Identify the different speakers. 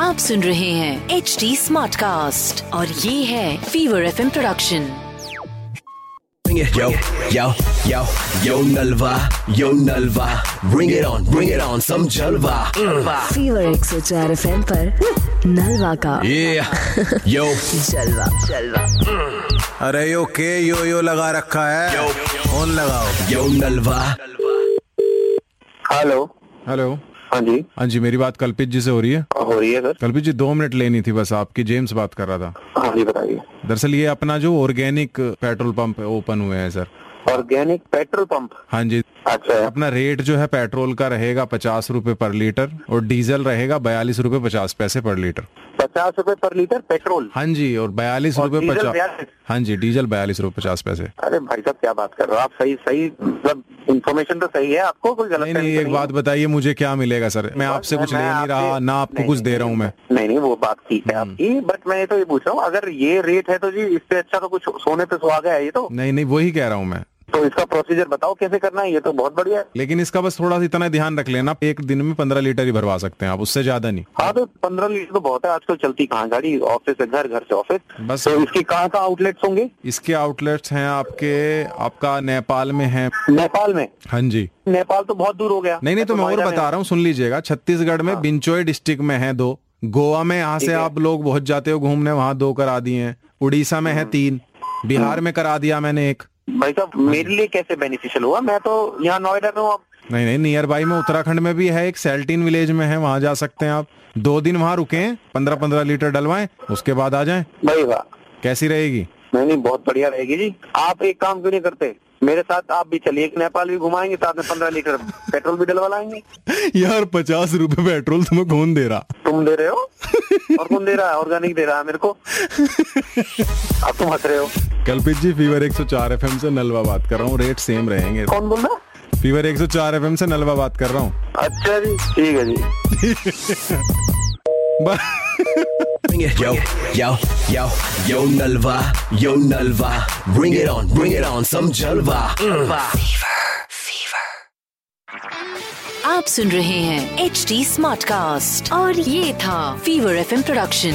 Speaker 1: आप सुन रहे हैं एच डी स्मार्ट कास्ट और ये है fever F production
Speaker 2: Bring it. Yo, yo, yo, yo Nalva, yo Nalva. Bring it on, bring it on, some Jalva. Mm.
Speaker 1: Fever एक सौ चार एफ एम नलवा का
Speaker 2: Yeah, yo,
Speaker 1: जलवा जलवा
Speaker 3: अरे यो के यो यो लगा रखा है फोन लगाओ
Speaker 2: yo Nalva.
Speaker 4: हेलो
Speaker 3: हेलो
Speaker 4: हाँ जी
Speaker 3: हाँ जी मेरी बात कल्पित जी से हो रही है
Speaker 4: हो रही है सर
Speaker 3: कल्पित जी दो मिनट लेनी थी बस आपकी जेम्स बात कर रहा था
Speaker 4: हाँ जी बताइए
Speaker 3: दरअसल ये अपना जो ऑर्गेनिक पेट्रोल पंप ओपन हुए हैं सर
Speaker 4: ऑर्गेनिक पेट्रोल पंप
Speaker 3: हाँ जी
Speaker 4: अच्छा है
Speaker 3: अपना रेट जो है पेट्रोल का रहेगा पचास रूपए पर लीटर और डीजल रहेगा बयालीस रूपए पचास पैसे पर लीटर
Speaker 4: पचास रूपए पर लीटर पेट्रोल
Speaker 3: हाँ जी और बयालीस
Speaker 4: और
Speaker 3: रूपए
Speaker 4: डीजल
Speaker 3: पचास
Speaker 4: 42?
Speaker 3: हाँ जी डीजल बयालीस रूपए पचास पैसे
Speaker 4: अरे भाई साहब क्या बात कर रहे हो आप सही सही मतलब इन्फॉर्मेशन तो सही है आपको कोई गलत
Speaker 3: नहीं नहीं एक बात बताइए मुझे क्या मिलेगा सर मैं आपसे कुछ ले नहीं रहा ना आपको कुछ दे रहा हूँ मैं हम्म।
Speaker 4: नहीं नहीं वो बात ठीक है आपकी बट मैं तो ये पूछ रहा हूँ अगर ये रेट है तो जी इससे अच्छा तो कुछ सोने पे सुहागा है ये तो
Speaker 3: नहीं नहीं वही कह रहा हूँ मैं
Speaker 4: तो इसका प्रोसीजर बताओ कैसे करना है ये तो बहुत बढ़िया है
Speaker 3: लेकिन इसका बस थोड़ा सा इतना ध्यान रख लेना एक दिन में पंद्रह लीटर ही भरवा सकते हैं आप उससे ज्यादा नहीं
Speaker 4: हाँ तो पंद्रह लीटर तो बहुत है आजकल चलती कहाँ गाड़ी ऑफिस से घर घर से ऑफिस
Speaker 3: बस-
Speaker 4: तो इसके कहाँ कहाँ आउटलेट्स होंगे
Speaker 3: इसके आउटलेट्स हैं आपके आपका नेपाल में है
Speaker 4: नेपाल में
Speaker 3: हाँ जी
Speaker 4: नेपाल तो बहुत दूर हो गया
Speaker 3: नहीं नहीं तो मैं और
Speaker 4: नोएडा में
Speaker 3: बता रहा हूँ हाँ। सुन लीजिएगा छत्तीसगढ़ में बिंचोई डिस्ट्रिक्ट में है दो गोवा में यहाँ से
Speaker 4: है।
Speaker 3: आप लोग बहुत जाते हो घूमने वहाँ दो करा दिए हैं उड़ीसा में है तीन बिहार में करा दिया मैंने एक
Speaker 4: भाई साहब
Speaker 3: हाँ
Speaker 4: मेरे लिए कैसे बेनिफिशियल हुआ मैं तो यहाँ नोएडा में हूँ अब
Speaker 3: नहीं नहीं नियर बाई में उत्तराखंड में भी है एक सेल्टीन विलेज में है वहाँ जा सकते हैं आप दो दिन वहाँ रुके पंद्रह पंद्रह लीटर डलवाएं उसके बाद आ जाएं
Speaker 4: भाई वाह
Speaker 3: कैसी रहेगी
Speaker 4: नहीं नहीं बहुत बढ़िया रहेगी जी आप एक काम क्यों नहीं करते मेरे साथ आप भी चलिए एक नेपाल भी घुमाएंगे साथ में पंद्रह लीटर पेट्रोल भी डलवा लाएंगे
Speaker 3: यार पचास रुपए पेट्रोल तुम्हें कौन दे रहा
Speaker 4: तुम दे रहे हो और कौन दे रहा है ऑर्गेनिक दे रहा है मेरे को अब तुम हंस रहे हो
Speaker 3: कल्पित जी फीवर 104 एफएम से नलवा बात कर रहा हूँ रेट सेम रहेंगे
Speaker 4: कौन बोल रहा है?
Speaker 3: फीवर 104 एफएम से नलवा बात कर रहा हूँ
Speaker 4: अच्छा जी ठीक है जी
Speaker 3: ब-
Speaker 2: Bring it, yo, yo, yo, yo Nalva, yo Nalva. Bring it on, bring it on, some Jalva.
Speaker 1: आप सुन रहे हैं एच डी स्मार्ट कास्ट और ये था फीवर एफ प्रोडक्शन